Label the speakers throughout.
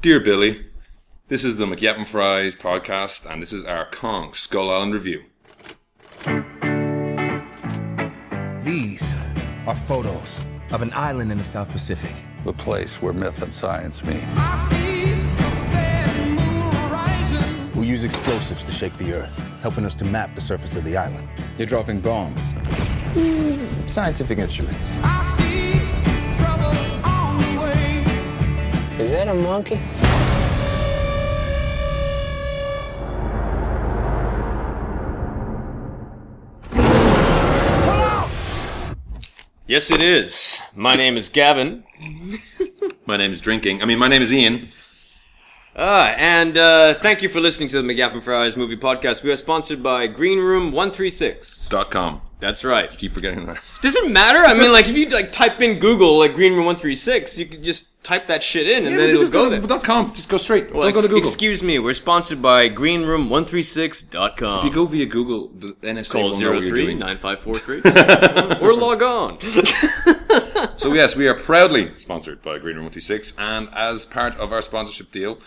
Speaker 1: Dear Billy, this is the McYappin Fries podcast, and this is our Kong Skull Island review.
Speaker 2: These are photos of an island in the South Pacific.
Speaker 3: the place where myth and science meet.
Speaker 4: I see a moon horizon.
Speaker 5: We use explosives to shake the earth, helping us to map the surface of the island.
Speaker 6: You're dropping bombs.
Speaker 5: Hmm,
Speaker 6: scientific instruments.
Speaker 4: I see trouble on the way.
Speaker 7: Is that a monkey?
Speaker 8: Yes, it is. My name is Gavin,
Speaker 1: My name is Drinking. I mean, my name is Ian.
Speaker 8: uh, and uh, thank you for listening to the McGaffin Fries Movie Podcast. We are sponsored by Green Room One Three Six.
Speaker 1: Dot com.
Speaker 8: That's right.
Speaker 1: Keep forgetting that.
Speaker 8: Does it matter? I mean, like if you like type in Google like Green Room One Three Six, you could just type that shit in and then it'll
Speaker 1: just
Speaker 8: go
Speaker 1: to,
Speaker 8: there.
Speaker 1: Dot com. Just go straight.
Speaker 8: Well,
Speaker 1: Don't go
Speaker 8: ex-
Speaker 1: to Google.
Speaker 8: Excuse me, we're sponsored by greenroom136.com.
Speaker 1: if you go via Google, the NSA
Speaker 8: call
Speaker 1: will know what you're
Speaker 8: 03
Speaker 1: doing.
Speaker 8: 9543 or log on.
Speaker 1: So yes, we are proudly sponsored by Green Room 126, and as part of our sponsorship deal,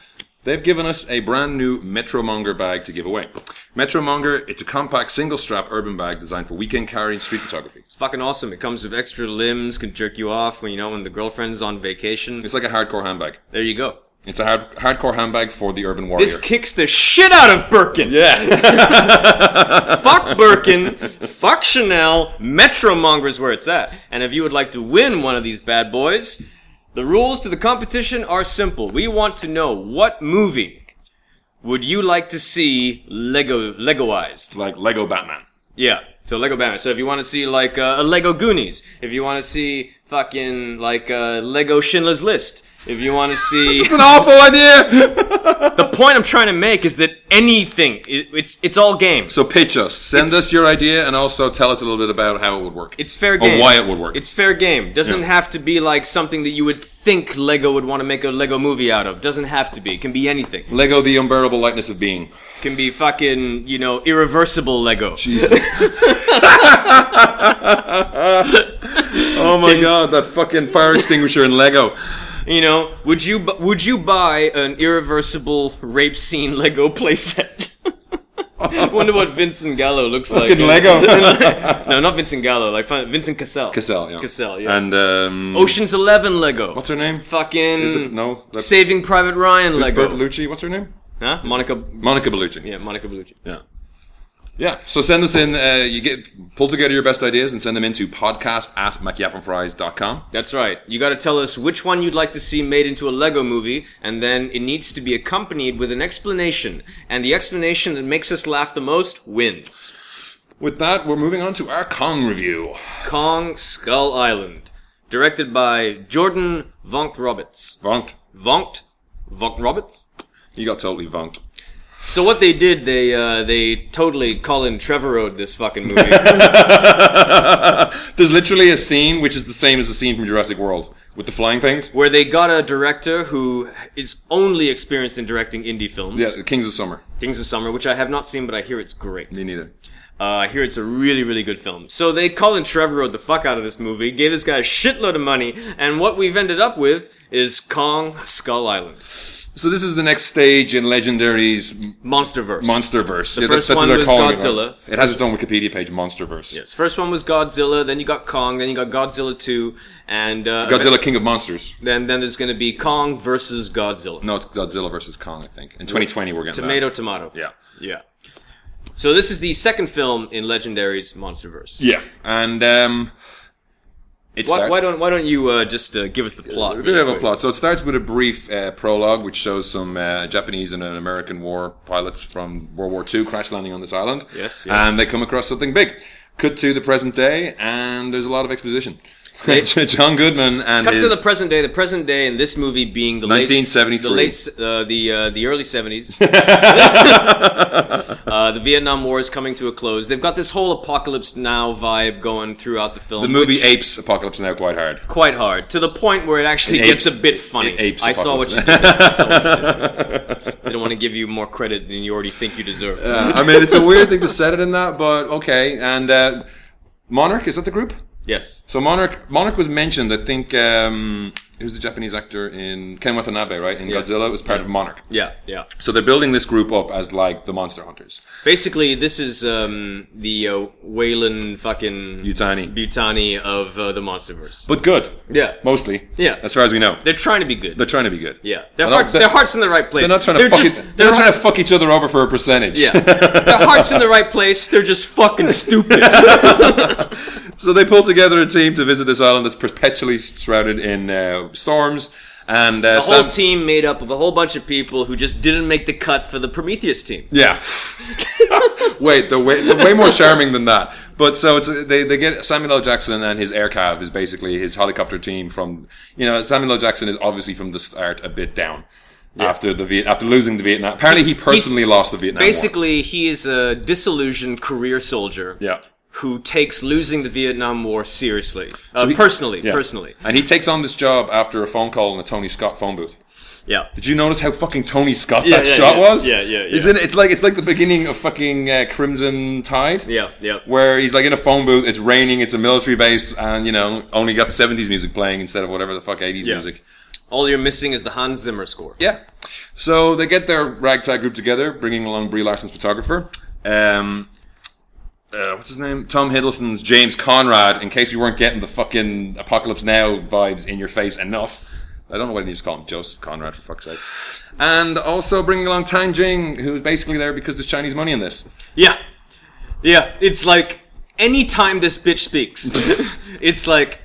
Speaker 1: they've given us a brand new Metromonger bag to give away. Metromonger, it's a compact single-strap urban bag designed for weekend carrying street photography.
Speaker 8: It's fucking awesome. It comes with extra limbs, can jerk you off when you know when the girlfriend's on vacation.
Speaker 1: It's like a hardcore handbag.
Speaker 8: There you go.
Speaker 1: It's a hard, hardcore handbag for the urban warrior.
Speaker 8: This kicks the shit out of Birkin. Yeah. Fuck Birkin. Fuck Chanel. Metromonger is where it's at. And if you would like to win one of these bad boys, the rules to the competition are simple. We want to know what movie would you like to see Lego Legoized?
Speaker 1: like Lego Batman.
Speaker 8: Yeah. So Lego Batman. So if you want to see like uh, a Lego Goonies, if you want to see fucking like uh, Lego Schindler's List, if you want to see
Speaker 1: It's an awful idea.
Speaker 8: the point I'm trying to make is that anything, it, it's it's all game.
Speaker 1: So pitch us, send
Speaker 8: It's-
Speaker 1: us your idea, and also tell us a little bit about how it would work.
Speaker 8: It's fair game.
Speaker 1: Or why it would work.
Speaker 8: It's fair game. Doesn't
Speaker 1: Yeah.
Speaker 8: have to be like something that you would think Lego would want to make a Lego movie out of. Doesn't have to be. It can be anything.
Speaker 1: Lego: The Unbearable Lightness of Being.
Speaker 8: It can be fucking, you know, irreversible Lego.
Speaker 1: Jesus. oh my god, that fucking fire extinguisher in Lego.
Speaker 8: You know, would you bu- would you buy an irreversible rape scene Lego playset? Wonder what Vincent Gallo looks like.
Speaker 1: Fucking Lego.
Speaker 8: No, not Vincent Gallo. Like fin- Vincent Cassell.
Speaker 1: Cassell, yeah.
Speaker 8: Cassell, yeah.
Speaker 1: And um
Speaker 8: Ocean's Eleven Lego.
Speaker 1: What's her name?
Speaker 8: Fucking
Speaker 1: Is it- no, that's-
Speaker 8: Saving Private Ryan Lego.
Speaker 1: Bertolucci, what's her name?
Speaker 8: Huh? Monica.
Speaker 1: Monica Bellucci.
Speaker 8: Yeah, Monica Bellucci.
Speaker 1: Yeah. Yeah. So send us in uh, you get pull together your best ideas and send them into podcast at macyapanfries.com.
Speaker 8: That's right. You got to tell us which one you'd like to see made into a Lego movie, and then it needs to be accompanied with an explanation. And the explanation that makes us laugh the most wins.
Speaker 1: With that, we're moving on to our Kong review.
Speaker 8: Kong Skull Island, directed by Jordan Vonk Roberts.
Speaker 1: Vonked.
Speaker 8: Vonkt. Vonk Roberts.
Speaker 1: You got totally vonked.
Speaker 8: So what they did, they uh, they totally Colin Trevorrowed this fucking movie.
Speaker 1: There's literally a scene which is the same as the scene from Jurassic World with the flying things.
Speaker 8: where they got a director who is only experienced in directing indie films.
Speaker 1: Yeah, Kings of Summer.
Speaker 8: Kings of Summer, which I have not seen, but I hear it's great.
Speaker 1: Me neither.
Speaker 8: Uh, I hear it's a really, really good film. So they Colin Trevorrowed the fuck out of this movie, gave this guy a shitload of money, and what we've ended up with is Kong Skull Island.
Speaker 1: So this is the next stage in Legendary's
Speaker 8: Monsterverse.
Speaker 1: MonsterVerse.
Speaker 8: The first one was Godzilla.
Speaker 1: It, right? It has its own Wikipedia page, MonsterVerse.
Speaker 8: Yes, first one was Godzilla, then you got Kong, then you got Godzilla 2, and uh,
Speaker 1: Godzilla, King of Monsters.
Speaker 8: Then, then there's going to be Kong versus Godzilla.
Speaker 1: No, it's Godzilla versus Kong, I think. In 2020, we're getting
Speaker 8: Tomato,
Speaker 1: That.
Speaker 8: tomato.
Speaker 1: Yeah.
Speaker 8: Yeah. So this is the second film in Legendary's MonsterVerse.
Speaker 1: Yeah, and um, it
Speaker 8: Why,
Speaker 1: starts-
Speaker 8: why don't Why don't you uh, just uh, give us the plot?
Speaker 1: A bit of
Speaker 8: really
Speaker 1: a
Speaker 8: quick?
Speaker 1: plot. So it starts with a brief uh, prologue, which shows some uh, Japanese and an American war pilots from World War II crash landing on this island.
Speaker 8: Yes, yes.
Speaker 1: And they come across something big. Cut to the present day, and there's a lot of exposition. John Goodman and
Speaker 8: Cut
Speaker 1: his,
Speaker 8: to the present day. The present day in this movie being the late
Speaker 1: 1973.
Speaker 8: the late s- uh, the uh, the early seventies. uh, the Vietnam War is coming to a close. They've got this whole apocalypse now vibe going throughout the film.
Speaker 1: the movie
Speaker 8: which-
Speaker 1: apes apocalypse now quite hard.
Speaker 8: quite hard to the point where it actually
Speaker 1: It
Speaker 8: gets
Speaker 1: apes-
Speaker 8: a bit funny.
Speaker 1: it apes
Speaker 8: I saw what
Speaker 1: apocalypse.
Speaker 8: you did. there. I saw what you did. I don't want to give you more credit than you already think you deserve.
Speaker 1: I mean, it's a weird thing to set it in that, but okay. And uh, Monarch is that the group?
Speaker 8: yes.
Speaker 1: So Monarch, Monarch was mentioned. I think um, who's the Japanese actor in Ken Watanabe, right? In Godzilla, was part of Monarch.
Speaker 8: Yeah, yeah.
Speaker 1: So they're building this group up as like the monster hunters.
Speaker 8: Basically, this is um, the uh, Wayland fucking
Speaker 1: Yutani.
Speaker 8: Butani of uh, the MonsterVerse.
Speaker 1: But good.
Speaker 8: Yeah.
Speaker 1: Mostly.
Speaker 8: Yeah.
Speaker 1: As far as we know.
Speaker 8: They're trying to be good.
Speaker 1: They're trying to be good.
Speaker 8: yeah, their
Speaker 1: Although
Speaker 8: hearts,
Speaker 1: they-
Speaker 8: their hearts in the right place.
Speaker 1: They're not trying to fuck
Speaker 8: just,
Speaker 1: it- they're not trying to fuck each other over for a percentage.
Speaker 8: Yeah, their hearts in the right place. They're just fucking stupid.
Speaker 1: So they pull together a team to visit this island that's perpetually surrounded in uh, storms. And uh,
Speaker 8: The whole
Speaker 1: Sam-
Speaker 8: team made up of a whole bunch of people who just didn't make the cut for the Prometheus team.
Speaker 1: Yeah. Wait, they're way, they're way more charming than that. But so it's they, they get Samuel L. Jackson and his aircav is basically his helicopter team from you know Samuel L. Jackson is obviously from the start a bit down after the Viet, after losing the Vietnam. Apparently, he personally lost the Vietnam. War.
Speaker 8: Basically, he is a disillusioned career soldier
Speaker 1: yeah.
Speaker 8: who takes losing the Vietnam War seriously. Uh,
Speaker 1: So he-
Speaker 8: personally,
Speaker 1: yeah.
Speaker 8: personally.
Speaker 1: and he takes on this job after a phone call in a Tony Scott phone booth.
Speaker 8: Yeah.
Speaker 1: Did you notice how fucking Tony Scott
Speaker 8: Yeah,
Speaker 1: that
Speaker 8: yeah,
Speaker 1: shot
Speaker 8: yeah.
Speaker 1: was?
Speaker 8: Yeah, yeah, yeah.
Speaker 1: It's, in, it's like it's like the beginning of fucking uh, Crimson Tide.
Speaker 8: Yeah, yeah.
Speaker 1: Where he's like in a phone booth, it's raining, it's a military base, and you know only got the seventies music playing instead of whatever the fuck eighties
Speaker 8: Yeah.
Speaker 1: music.
Speaker 8: All you're missing is the Hans Zimmer score.
Speaker 1: Yeah. So they get their ragtag group together, bringing along Brie Larson's photographer. Um, uh, what's his name? Tom Hiddleston's James Conrad. In case you weren't getting the fucking Apocalypse Now vibes in your face enough, I don't know what he needs to call him, Joseph Conrad for fuck's sake. And also bringing along Tang Jing, who's basically there because there's Chinese money in this.
Speaker 8: Yeah. Yeah. It's like anytime this bitch speaks, it's like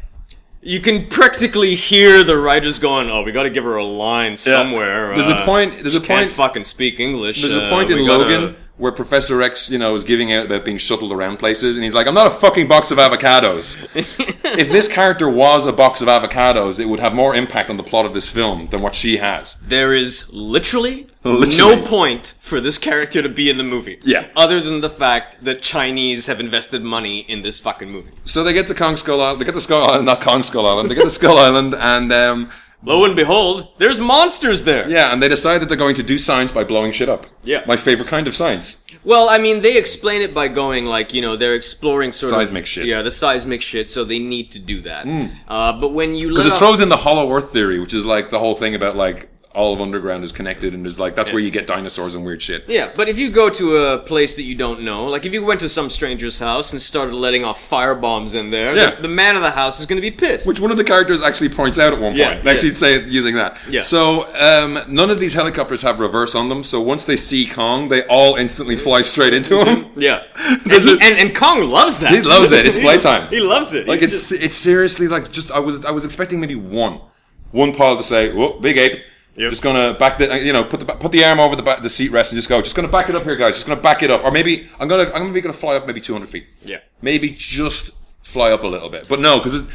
Speaker 8: you can practically hear the writers going, "Oh, we got to give her a line somewhere."
Speaker 1: There's a
Speaker 8: uh,
Speaker 1: point- there's
Speaker 8: she
Speaker 1: a point-
Speaker 8: Can't fucking speak English.
Speaker 1: There's a
Speaker 8: uh,
Speaker 1: point in
Speaker 8: we gotta-
Speaker 1: Logan where Professor X, you know, is giving out about being shuttled around places, and he's like, "I'm not a fucking box of avocados." if this character was a box of avocados, it would have more impact on the plot of this film than what she has.
Speaker 8: There is literally,
Speaker 1: Literally.
Speaker 8: no point for this character to be in the movie.
Speaker 1: Yeah.
Speaker 8: Other than the fact that Chinese have invested money in this fucking movie.
Speaker 1: So they get to Kong Skull Island. They get to Skull Island, not Kong Skull Island. They get to Skull Island, and um,
Speaker 8: Lo and behold, there's monsters there.
Speaker 1: yeah, and they decide that they're going to do science by blowing shit up.
Speaker 8: Yeah.
Speaker 1: my favorite kind of science.
Speaker 8: Well, I mean, they explain it by going like, you know, they're exploring sort of
Speaker 1: Seismic shit.
Speaker 8: Yeah, the seismic shit, so they need to do that. Uh, but when you let
Speaker 1: Because it
Speaker 8: out-
Speaker 1: throws in the Hollow Earth theory, which is like the whole thing about like all of underground is connected, and is like that's where you get dinosaurs and weird shit.
Speaker 8: Yeah, but if you go to a place that you don't know, like if you went to some stranger's house and started letting off firebombs in there,
Speaker 1: Yeah.
Speaker 8: the, the man of the house is going to be pissed.
Speaker 1: Which one of the characters actually points out at one point.
Speaker 8: Yeah,
Speaker 1: They actually
Speaker 8: yeah.
Speaker 1: say using that.
Speaker 8: Yeah.
Speaker 1: So um, none of these helicopters have reverse on them. So once they see Kong, they all instantly fly straight into him.
Speaker 8: yeah. and,
Speaker 1: This
Speaker 8: he-
Speaker 1: is-
Speaker 8: and, and Kong loves that.
Speaker 1: He loves it. It's playtime.
Speaker 8: he loves it.
Speaker 1: Like
Speaker 8: He's
Speaker 1: it's
Speaker 8: just-
Speaker 1: it's seriously like just I was I was expecting maybe one one pile to say whoa big ape. Just gonna back the you know put the put the arm over the back, the seat rest and just go. Just gonna back it up here, guys. Just gonna back it up, or maybe I'm gonna I'm gonna be gonna fly up maybe 200 feet.
Speaker 8: Yeah.
Speaker 1: maybe just fly up a little bit, but no, because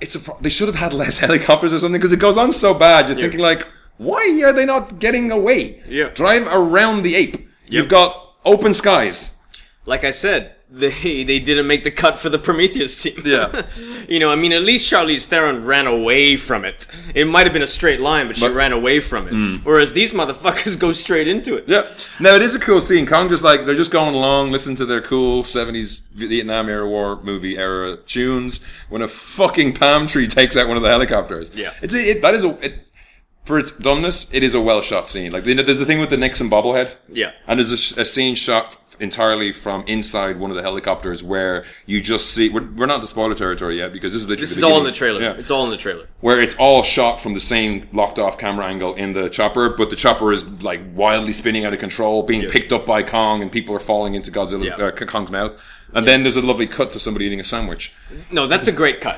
Speaker 1: it's a pro- they should have had less helicopters or something because it goes on so bad. You're thinking like, why are they not getting away?
Speaker 8: Yeah.
Speaker 1: drive around the ape. You've got open skies.
Speaker 8: like I said, they they didn't make the cut for the Prometheus team.
Speaker 1: Yeah.
Speaker 8: you know, I mean, at least Charlize Theron ran away from it. It might have been a straight line, but she
Speaker 1: But- Mm.
Speaker 8: ran away from it. Whereas these motherfuckers go straight into it.
Speaker 1: Yeah. Now it is a cool scene. Kong just like they're just going along, listening to their cool '70s Vietnam era war movie era tunes when a fucking palm tree takes out one of the helicopters.
Speaker 8: Yeah.
Speaker 1: It's a, it, that is a it, for its dumbness. It is a well shot scene. Like you know, there's a thing with the Nixon bobblehead.
Speaker 8: Yeah.
Speaker 1: And there's a, sh- a scene shot entirely from inside one of the helicopters where you just see we're, we're not in the spoiler territory yet because this is literally
Speaker 8: This
Speaker 1: the
Speaker 8: is all in the
Speaker 1: beginning.
Speaker 8: trailer.
Speaker 1: Yeah
Speaker 8: It's all in the trailer.
Speaker 1: where it's all shot from the same locked off camera angle in the chopper, but the chopper is like wildly spinning out of control, being picked up by Kong, and people are falling into Godzilla
Speaker 8: Yeah.
Speaker 1: uh, K- Kong's mouth. And then there's a lovely cut to somebody eating a sandwich.
Speaker 8: No, that's a great cut.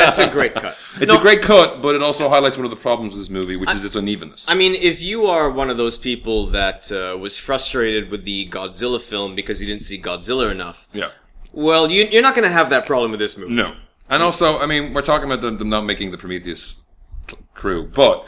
Speaker 8: that's a great cut.
Speaker 1: It's
Speaker 8: No,
Speaker 1: a great cut, but it also highlights one of the problems with this movie, which is its unevenness.
Speaker 8: I mean, if you are one of those people that uh, was frustrated with the Godzilla film because you didn't see Godzilla enough,
Speaker 1: yeah,
Speaker 8: well, you, you're not going to have that problem with this movie.
Speaker 1: no, and also, I mean, we're talking about them, them not making the Prometheus cl- crew, but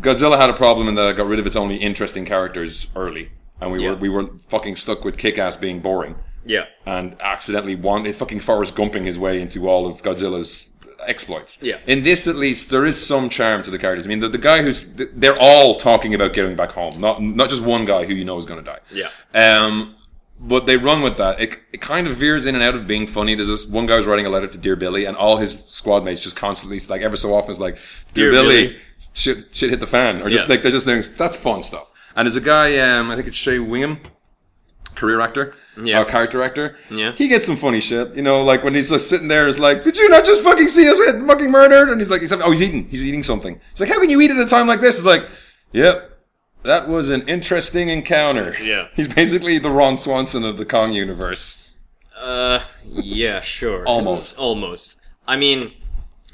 Speaker 1: Godzilla had a problem in that it got rid of its only interesting characters early, and we
Speaker 8: Yeah.
Speaker 1: were we were fucking stuck with Kick-Ass being boring.
Speaker 8: Yeah.
Speaker 1: and accidentally one fucking Forrest Gumping his way into all of Godzilla's exploits.
Speaker 8: Yeah.
Speaker 1: In this, at least, there is some charm to the characters. I mean, the, the guy who's they're all talking about getting back home, not not just one guy who you know is going to die.
Speaker 8: Yeah.
Speaker 1: Um, But they run with that. It, it kind of veers in and out of being funny. There's this one guy who's writing a letter to Dear Billy, and all his squad mates just constantly, like ever so often, is like, "Dear,
Speaker 8: Dear
Speaker 1: Billy,
Speaker 8: Billy."
Speaker 1: shit, shit hit the fan," or just
Speaker 8: Yeah.
Speaker 1: like they're just things that's fun stuff. And there's a guy, um, I think it's Shay Wingham, career actor,
Speaker 8: Yeah.
Speaker 1: or character actor.
Speaker 8: Yeah.
Speaker 1: he gets some funny shit. You know, like when he's just sitting there, is like, "Did you not just fucking see us get fucking murdered?" And he's like, he's, "Oh, he's eating. He's eating something." He's like, "How can you eat at a time like this?" It's like, "Yep." That was an interesting encounter.
Speaker 8: Yeah.
Speaker 1: He's basically the Ron Swanson of the Kong universe.
Speaker 8: Uh, yeah, sure.
Speaker 1: Almost.
Speaker 8: Almost. I mean,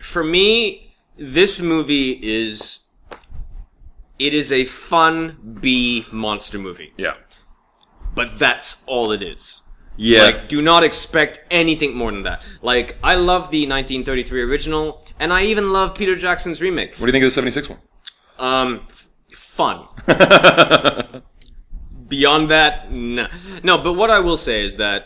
Speaker 8: for me, this movie is. It is a fun B monster movie,
Speaker 1: Yeah.
Speaker 8: but that's all it is.
Speaker 1: Yeah.
Speaker 8: Like, do not expect anything more than that. Like, I love the 1933 original, and I even love Peter Jackson's remake.
Speaker 1: what do you think of the 76 one?
Speaker 8: Um, f- fun. Beyond that, no. No, but what I will say is that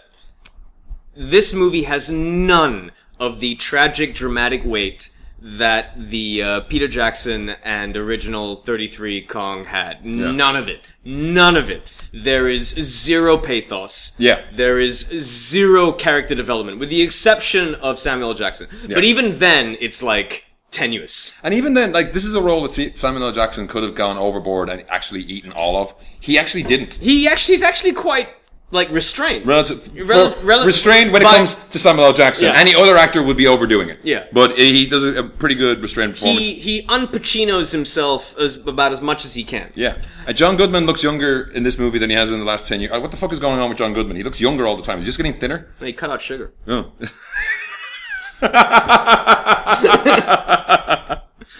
Speaker 8: this movie has none of the tragic, dramatic weight that the uh, Peter Jackson and original 33 Kong had. None of it. None of it. There is zero pathos.
Speaker 1: Yeah.
Speaker 8: There is zero character development, with the exception of Samuel L. Jackson. But even then, it's like tenuous.
Speaker 1: And even then, like, this is a role that Se- Samuel L. Jackson could have gone overboard and actually eaten all of. He actually didn't.
Speaker 8: He actually is actually quite like restrained.
Speaker 1: Relative,
Speaker 8: Rel-
Speaker 1: for-
Speaker 8: rel-
Speaker 1: restrained when
Speaker 8: by-
Speaker 1: it comes to Samuel L. Jackson.
Speaker 8: Yeah.
Speaker 1: Any other actor would be overdoing it.
Speaker 8: Yeah.
Speaker 1: But he does a, a pretty good restrained performance.
Speaker 8: he he unpacinos himself as about as much as he can.
Speaker 1: yeah. And John Goodman looks younger in this movie than he has in the last 10 years. Uh, What the fuck is going on with John Goodman? He looks younger all the time. He's just getting thinner.
Speaker 8: And he cut out sugar.
Speaker 1: Oh.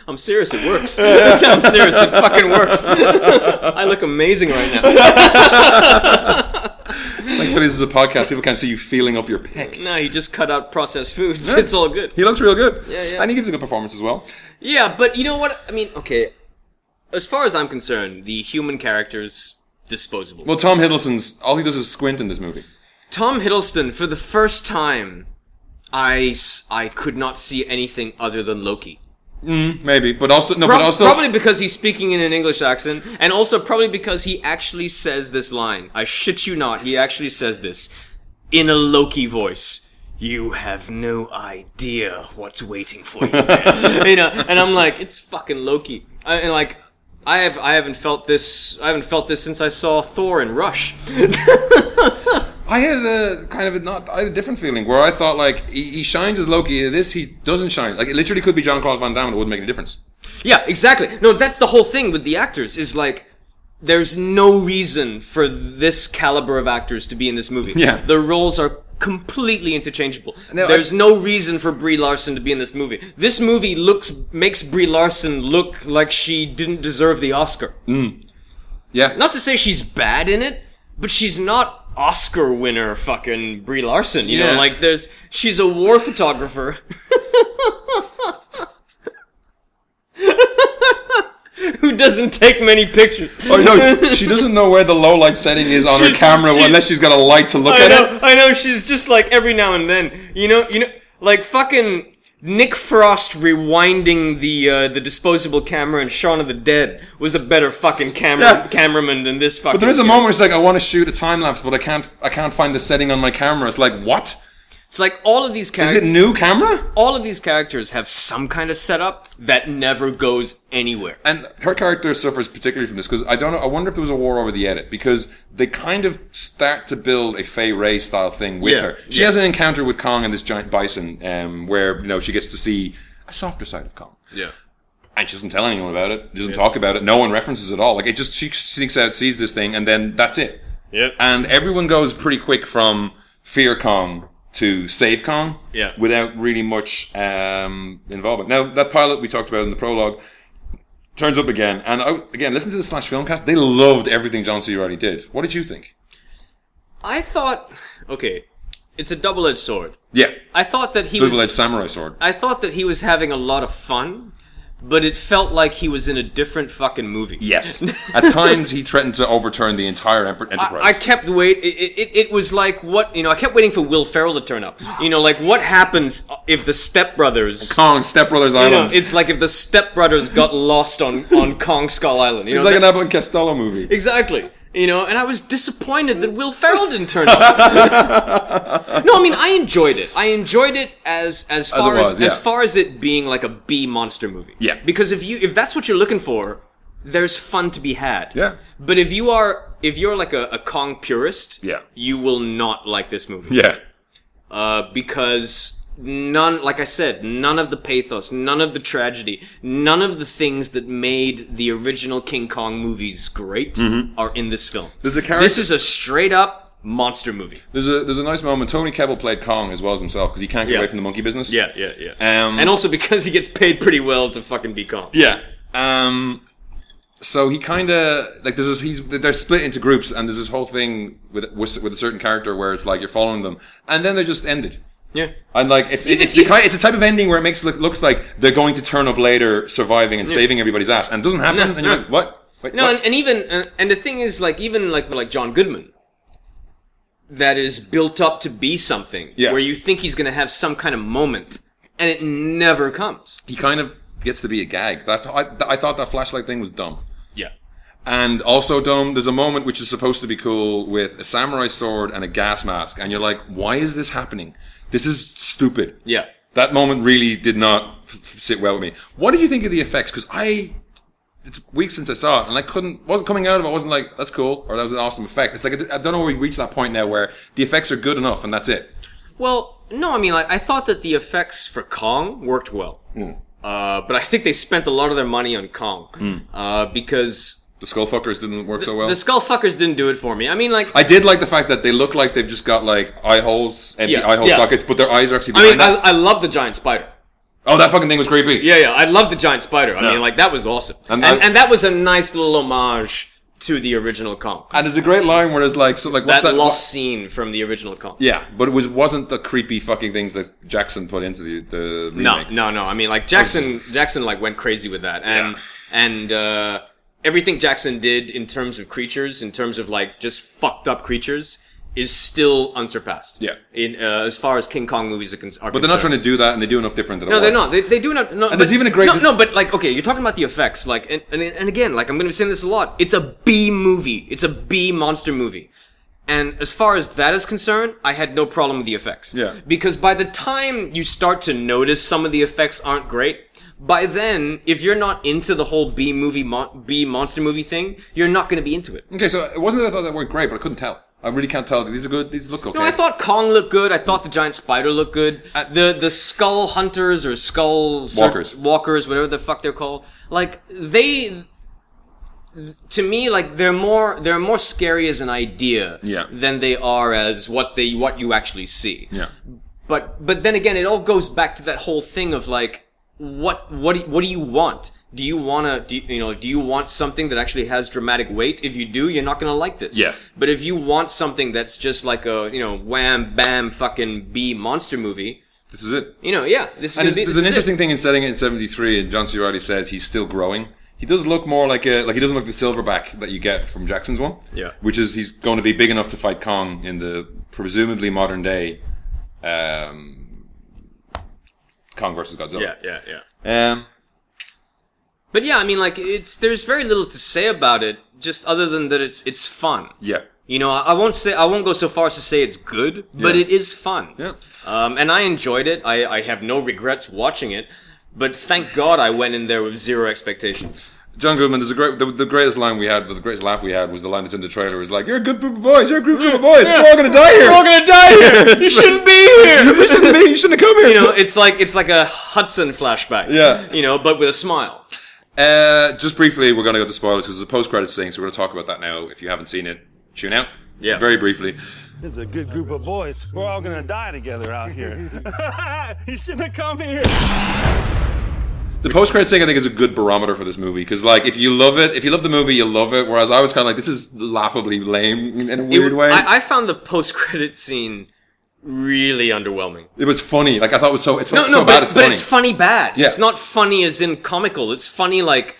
Speaker 8: I'm serious. It works. I'm serious. It fucking works. I look amazing right now.
Speaker 1: Thankfully, this is a podcast. People can't see you feeling up your pec.
Speaker 8: No, he just cut out processed foods. It's all good.
Speaker 1: He looks real good.
Speaker 8: Yeah, yeah.
Speaker 1: And he gives a good performance as well.
Speaker 8: Yeah, but you know what? I mean, okay. As far as I'm concerned, the human character's disposable.
Speaker 1: Well, Tom Hiddleston's all he does is squint in this movie.
Speaker 8: Tom Hiddleston, for the first time, I s- I could not see anything other than Loki.
Speaker 1: Maybe, but also no,
Speaker 8: Prob-
Speaker 1: but also
Speaker 8: probably because he's speaking in an English accent, and also probably because he actually says this line. I shit you not, he actually says this in a Loki voice. You have no idea what's waiting for you. there." you know, and I'm like, it's fucking Loki. I, and like, I have I haven't felt this I haven't felt this since I saw Thor in Rush.
Speaker 1: I had a kind of a not I had a different feeling where I thought like he, he shines as Loki. in This he doesn't shine. Like it literally could be John Claude Van Damme. and It wouldn't make any difference.
Speaker 8: Yeah, exactly. No, that's the whole thing with the actors is like there's no reason for this caliber of actors to be in this movie.
Speaker 1: Yeah.
Speaker 8: The roles are completely interchangeable.
Speaker 1: No, I-
Speaker 8: there's no reason for Brie Larson to be in this movie. This movie looks makes Brie Larson look like she didn't deserve the Oscar.
Speaker 1: Yeah,
Speaker 8: Not to say she's bad in it, but she's not Oscar winner fucking Brie Larson, you know,
Speaker 1: Yeah.
Speaker 8: like there's she's a war photographer. Who doesn't take many pictures?
Speaker 1: Oh no, she doesn't know where the low light setting is on
Speaker 8: She-
Speaker 1: her camera
Speaker 8: she-
Speaker 1: unless she's got a light to look
Speaker 8: I
Speaker 1: at
Speaker 8: know,
Speaker 1: it.
Speaker 8: I know. She's just like every now and then, you know, you know, like fucking Nick Frost rewinding the uh, the disposable camera in Shaun of the Dead was a better fucking camera
Speaker 1: Yeah.
Speaker 8: cameraman than this fucking.
Speaker 1: But there is a moment where it's like I want to shoot a time lapse, but I can't. I can't find the setting on my camera. It's like what?
Speaker 8: It's like all of these
Speaker 1: Is
Speaker 8: characters.
Speaker 1: it new camera?
Speaker 8: all of these characters have some kind of setup that never goes anywhere.
Speaker 1: and her character suffers particularly from this because I don't know. I wonder if there was a war over the edit because they kind of start to build a Fey Ray style thing with
Speaker 8: Yeah,
Speaker 1: her. She
Speaker 8: yeah.
Speaker 1: has an encounter with Kong and this giant bison, um, where you know she gets to see a softer side of Kong.
Speaker 8: Yeah.
Speaker 1: And she doesn't tell anyone about it. Doesn't talk about it. No one references it all. Like it just she sneaks out, sees this thing, and then that's it.
Speaker 8: Yep.
Speaker 1: And everyone goes pretty quick from fear Kong to save Kong.
Speaker 8: Yeah.
Speaker 1: Without really much um, involvement. Now that pilot we talked about in the prologue turns up again, and I, again listen to the slash filmcast. They loved everything John C. Riley did. What did you think?
Speaker 8: I thought, okay, it's a double-edged sword.
Speaker 1: Yeah.
Speaker 8: I thought that he
Speaker 1: Double
Speaker 8: was.
Speaker 1: edged samurai sword.
Speaker 8: I thought that he was having a lot of fun, but it felt like he was in a different fucking movie.
Speaker 1: Yes. At times, he threatened to overturn the entire emper- enterprise.
Speaker 8: I, I kept wait. It, it, it was like what you know. I kept waiting for Will Ferrell to turn up. You know, like what happens if the Step Brothers?
Speaker 1: Kong, Step Brothers
Speaker 8: You
Speaker 1: Island.
Speaker 8: know, it's like if the Step Brothers got lost on on Kong Skull Island. You
Speaker 1: It's
Speaker 8: know,
Speaker 1: like an
Speaker 8: that-
Speaker 1: Abbott and Costello movie.
Speaker 8: exactly. You know, and I was disappointed that Will Ferrell didn't turn up. no, I mean I enjoyed it. I enjoyed it as as far as
Speaker 1: was, yeah.
Speaker 8: as far as it being like a B monster movie.
Speaker 1: Yeah.
Speaker 8: Because if you if that's what you're looking for, there's fun to be had.
Speaker 1: Yeah.
Speaker 8: But if you are if you're like a, a Kong purist,
Speaker 1: Yeah.
Speaker 8: you will not like this movie.
Speaker 1: Yeah.
Speaker 8: Uh, because none, like I said, none of the pathos, none of the tragedy, none of the things that made the original King Kong movies great are in this film.
Speaker 1: There's a character-
Speaker 8: This is a straight up monster movie.
Speaker 1: There's a there's a nice moment. Tony Kebbell played Kong as well as himself because he can't get
Speaker 8: Yeah.
Speaker 1: away from the monkey business.
Speaker 8: yeah, yeah.
Speaker 1: Um,
Speaker 8: and also because he gets paid pretty well to fucking be Kong.
Speaker 1: Yeah. Um. So he kind of like there's this, he's they're split into groups and there's this whole thing with with, with a certain character where it's like you're following them and then they're just ended.
Speaker 8: Yeah.
Speaker 1: And like it's it's the kind, it's a type of ending where it makes look, looks like they're going to turn up later, surviving and saving everybody's ass, and it doesn't happen.
Speaker 8: No,
Speaker 1: and you're
Speaker 8: no.
Speaker 1: like, what? Wait,
Speaker 8: No,
Speaker 1: what?
Speaker 8: and, and even and, and the thing is, like even like like John Goodman, that is built up to be something
Speaker 1: Yeah.
Speaker 8: where you think he's going to have some kind of moment, and it never comes.
Speaker 1: he kind of gets to be a gag. That, I, I thought that flashlight thing was dumb.
Speaker 8: Yeah,
Speaker 1: And also, Dome, there's a moment which is supposed to be cool with a samurai sword and a gas mask, and you're like, why is this happening? This is stupid.
Speaker 8: yeah.
Speaker 1: That moment really did not f- f- sit well with me. What did you think of the effects? Because I, it's weeks since I saw it, and I couldn't, wasn't coming out of it, I wasn't like, that's cool, or that was an awesome effect. It's like, I don't know where we reached that point now where the effects are good enough, and that's it.
Speaker 8: Well, no, I mean, like I thought that the effects for Kong worked well,
Speaker 1: Hmm.
Speaker 8: uh, but I think they spent a lot of their money on Kong uh, because
Speaker 1: The skull fuckers didn't work so Hmm. well.
Speaker 8: the skull fuckers didn't do it for me. I mean, like
Speaker 1: I did like the fact that they look like they've just got like eye holes, empty
Speaker 8: Yeah,
Speaker 1: eye hole
Speaker 8: yeah.
Speaker 1: sockets, but their eyes are actually
Speaker 8: I
Speaker 1: behind
Speaker 8: mean, I,
Speaker 1: them.
Speaker 8: I love the giant spider.
Speaker 1: oh, that fucking thing was creepy.
Speaker 8: Yeah, yeah, I love the giant spider. I
Speaker 1: No.
Speaker 8: mean, like that was awesome,
Speaker 1: And
Speaker 8: and,
Speaker 1: I-
Speaker 8: and, that was a nice little homage to the original Kong.
Speaker 1: And there's a great line where it's like, so like, what's
Speaker 8: that,
Speaker 1: that?
Speaker 8: lost scene from the original Kong.
Speaker 1: Yeah, but it was wasn't the creepy fucking things that Jackson put into the, the
Speaker 8: No,
Speaker 1: remake. Oh,
Speaker 8: no, no. I mean, like Jackson, Jackson like went crazy with that, and
Speaker 1: Yeah.
Speaker 8: and uh, everything Jackson did in terms of creatures, in terms of like just fucked up creatures, is still unsurpassed.
Speaker 1: Yeah.
Speaker 8: In uh, as far as King Kong movies are, cons- are
Speaker 1: But they're not trying to do that, and they do enough different. Than
Speaker 8: uh, No, they're not. They, they do not. No, but,
Speaker 1: there's even a great-
Speaker 8: No, no, but like, okay, you're talking about the effects, like, and, and and again, like, I'm going to be saying this a lot. It's a B movie. It's a B monster movie. And as far as that is concerned, I had no problem with the effects.
Speaker 1: Yeah.
Speaker 8: Because by the time you start to notice some of the effects aren't great, by then, if you're not into the whole B movie, mon- B monster movie thing, you're not going to be into it.
Speaker 1: Okay, so it wasn't that I thought that worked great, but I couldn't tell. I really can't tell. These are good. These look okay. Uh,
Speaker 8: No, I thought Kong looked good. I thought the giant spider looked good. the the skull hunters or skulls
Speaker 1: Walkers.
Speaker 8: walkers, whatever the fuck they're called. Like they, to me, like they're more they're more scary as an idea
Speaker 1: Yeah.
Speaker 8: than they are as what they what you actually see.
Speaker 1: Yeah.
Speaker 8: But but then again, it all goes back to that whole thing of like what what do- what do you want? Do you wanna do you, you know? Do you want something that actually has dramatic weight? If you do, you're not gonna like this.
Speaker 1: Yeah.
Speaker 8: But if you want something that's just like a you know wham bam fucking B monster movie,
Speaker 1: This is it.
Speaker 8: you know yeah this is
Speaker 1: And
Speaker 8: gonna
Speaker 1: there's,
Speaker 8: be,
Speaker 1: there's
Speaker 8: this
Speaker 1: an
Speaker 8: is it.
Speaker 1: interesting thing in setting it in '73, and John C. Reilly says he's still growing. He does look more like a like he doesn't look the silverback that you get from Jackson's one.
Speaker 8: Yeah.
Speaker 1: which is he's going to be big enough to fight Kong in the presumably modern day um, Kong versus Godzilla.
Speaker 8: Yeah yeah yeah.
Speaker 1: Um,
Speaker 8: But yeah, I mean like it's there's very little to say about it, just other than that it's it's fun.
Speaker 1: yeah.
Speaker 8: You know, I I won't say I won't go so far as to say it's good, but
Speaker 1: Yeah.
Speaker 8: it is fun.
Speaker 1: Yeah.
Speaker 8: Um, and I enjoyed it. I, I have no regrets watching it. But thank God I went in there with zero expectations.
Speaker 1: John Goodman, there's a great, the, the greatest line we had, the greatest laugh we had was the line that's in the trailer is like, You're a good group of boys, you're a group of boys, we're all gonna die here! We're all gonna die here! you shouldn't be here! you shouldn't be, you shouldn't have come here!
Speaker 8: You know, it's like it's like a Hudson flashback.
Speaker 1: Yeah.
Speaker 8: You know, but with a smile.
Speaker 1: Uh, just briefly, we're going to go to spoilers because it's a post credits thing, so we're going to talk about that now. If you haven't seen it, tune out.
Speaker 8: Yeah.
Speaker 1: Very briefly.
Speaker 9: This is a good group of boys. We're all gonna die together out here. you shouldn't have come here.
Speaker 1: The post credits thing, I think, is a good barometer for this movie because, like, if you love it, if you love the movie, you love it. Whereas I was kind of like, this is laughably lame in- in a weird
Speaker 8: It-
Speaker 1: way.
Speaker 8: I, I found the post credit scene really underwhelming.
Speaker 1: it was funny. Like, I thought it was so, it's
Speaker 8: No,
Speaker 1: so
Speaker 8: no,
Speaker 1: bad,
Speaker 8: but,
Speaker 1: it's
Speaker 8: but
Speaker 1: funny.
Speaker 8: it's funny bad.
Speaker 1: Yeah.
Speaker 8: It's not funny as in comical. It's funny like,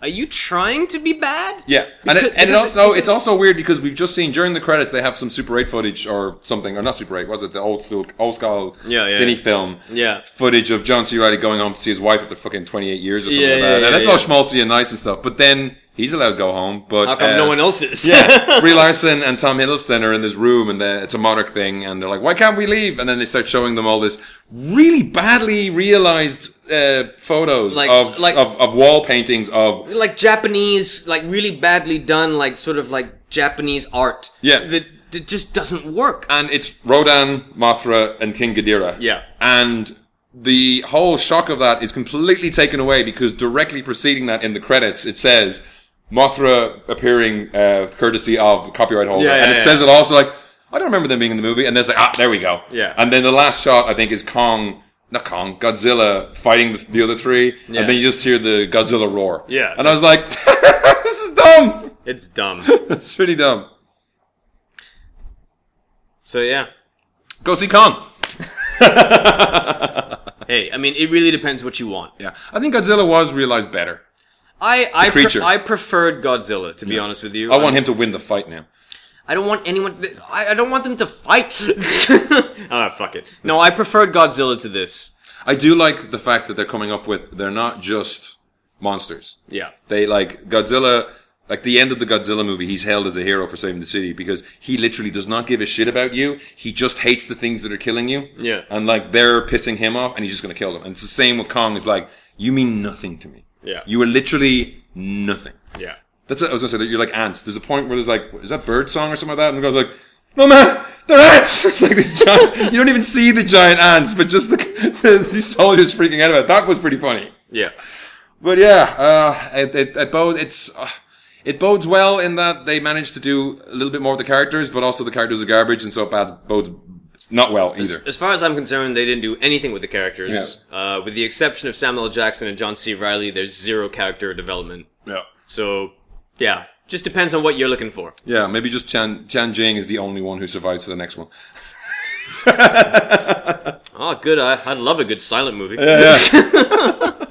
Speaker 8: are you trying to be bad?
Speaker 1: Yeah, and it,
Speaker 8: Because-
Speaker 1: and it
Speaker 8: because-
Speaker 1: also it's also weird because we've just seen during the credits they have some Super Eight footage or something or not Super Eight was it the old school old school
Speaker 8: Yeah, yeah.
Speaker 1: cine film
Speaker 8: Yeah.
Speaker 1: footage of John C Riley going home to see his wife after fucking twenty eight years or something
Speaker 8: Yeah,
Speaker 1: like
Speaker 8: yeah,
Speaker 1: that
Speaker 8: yeah,
Speaker 1: and that's
Speaker 8: yeah.
Speaker 1: all schmaltzy and nice and stuff but then He's allowed to go home, but
Speaker 8: How come
Speaker 1: uh,
Speaker 8: no one else is?
Speaker 1: yeah, Brie Larson and Tom Hiddleston are in this room, and they're- it's a monarch thing, and they're like, "Why can't we leave?" And then they start showing them all this really badly realized uh, photos
Speaker 8: Like-
Speaker 1: of,
Speaker 8: like-
Speaker 1: of of wall paintings of
Speaker 8: like Japanese, like really badly done, like sort of like Japanese art.
Speaker 1: Yeah.
Speaker 8: that, that just doesn't work.
Speaker 1: and it's Rodan, Mothra, and King Ghidorah.
Speaker 8: Yeah.
Speaker 1: and the whole shock of that is completely taken away because directly preceding that in the credits it says Mothra appearing uh, courtesy of the copyright holder,
Speaker 8: Yeah, yeah,
Speaker 1: and it
Speaker 8: yeah.
Speaker 1: says it also like I don't remember them being in the movie, and there's like ah there we go.
Speaker 8: Yeah.
Speaker 1: and then the last shot I think is Kong. Not Kong, Godzilla fighting the, the other three,
Speaker 8: Yeah.
Speaker 1: and then you just hear the Godzilla roar.
Speaker 8: Yeah.
Speaker 1: and I was like, "This is dumb.
Speaker 8: It's dumb.
Speaker 1: It's pretty dumb."
Speaker 8: so yeah.
Speaker 1: Go see Kong.
Speaker 8: Hey, I mean, it really depends what you want.
Speaker 1: Yeah, I think Godzilla was realized better.
Speaker 8: I I, pre-
Speaker 1: creature.
Speaker 8: I preferred Godzilla to be honest with you.
Speaker 1: I want him to win the fight now.
Speaker 8: I don't want anyone. I, I don't want them to fight. Ah, fuck it. No, I preferred Godzilla to this.
Speaker 1: I do like the fact that they're coming up with they're not just monsters.
Speaker 8: Yeah.
Speaker 1: They like Godzilla like the end of the Godzilla movie, he's hailed as a hero for saving the city because he literally does not give a shit about you. He just hates the things that are killing you.
Speaker 8: Yeah.
Speaker 1: And like they're pissing him off and he's just gonna kill them. And it's the same with Kong, is like, you mean nothing to me.
Speaker 8: Yeah.
Speaker 1: You are literally nothing.
Speaker 8: Yeah.
Speaker 1: That's what I was gonna say. That you're like ants. There's a point where there's like, is that bird song or something like that? And the guy's like, no man, they're ants. It's like this giant. you don't even see the giant ants, but just the, the these soldiers freaking out about. It. That was pretty funny.
Speaker 8: Yeah.
Speaker 1: But yeah, uh, it it, it bodes it's. Uh, it bodes well in that they managed to do a little bit more with the characters, but also the characters are garbage, and so it bad- bodes not well either.
Speaker 8: As far as I'm concerned, they didn't do anything with the characters. Uh, with the exception of Samuel L. Jackson and John C. Riley, there's zero character development.
Speaker 1: Yeah,
Speaker 8: So, yeah, just depends on what you're looking for.
Speaker 1: yeah. Maybe just Tian Tian Jing is the only one who survives to the next one.
Speaker 8: Oh, good. I, I'd love a good silent movie. All
Speaker 1: But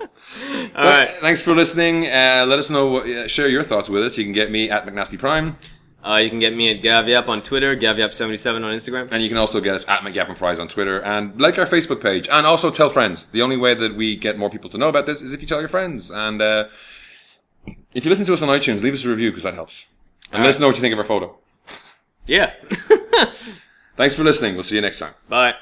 Speaker 8: right.
Speaker 1: Thanks for listening. Uh, let us know. What, uh, share your thoughts with us. You can get me at McNasty Prime.
Speaker 8: Uh, you can get me at Gavyap on Twitter, Gavyap77 on Instagram.
Speaker 1: And you can also get us at McGap and Fries on Twitter and like our Facebook page and also tell friends. The only way that we get more people to know about this is if you tell your friends. And uh, if you listen to us on iTunes, leave us a review because that helps. And let us know what you think of our photo.
Speaker 8: Yeah.
Speaker 1: Thanks for listening. We'll see you next time.
Speaker 8: Bye.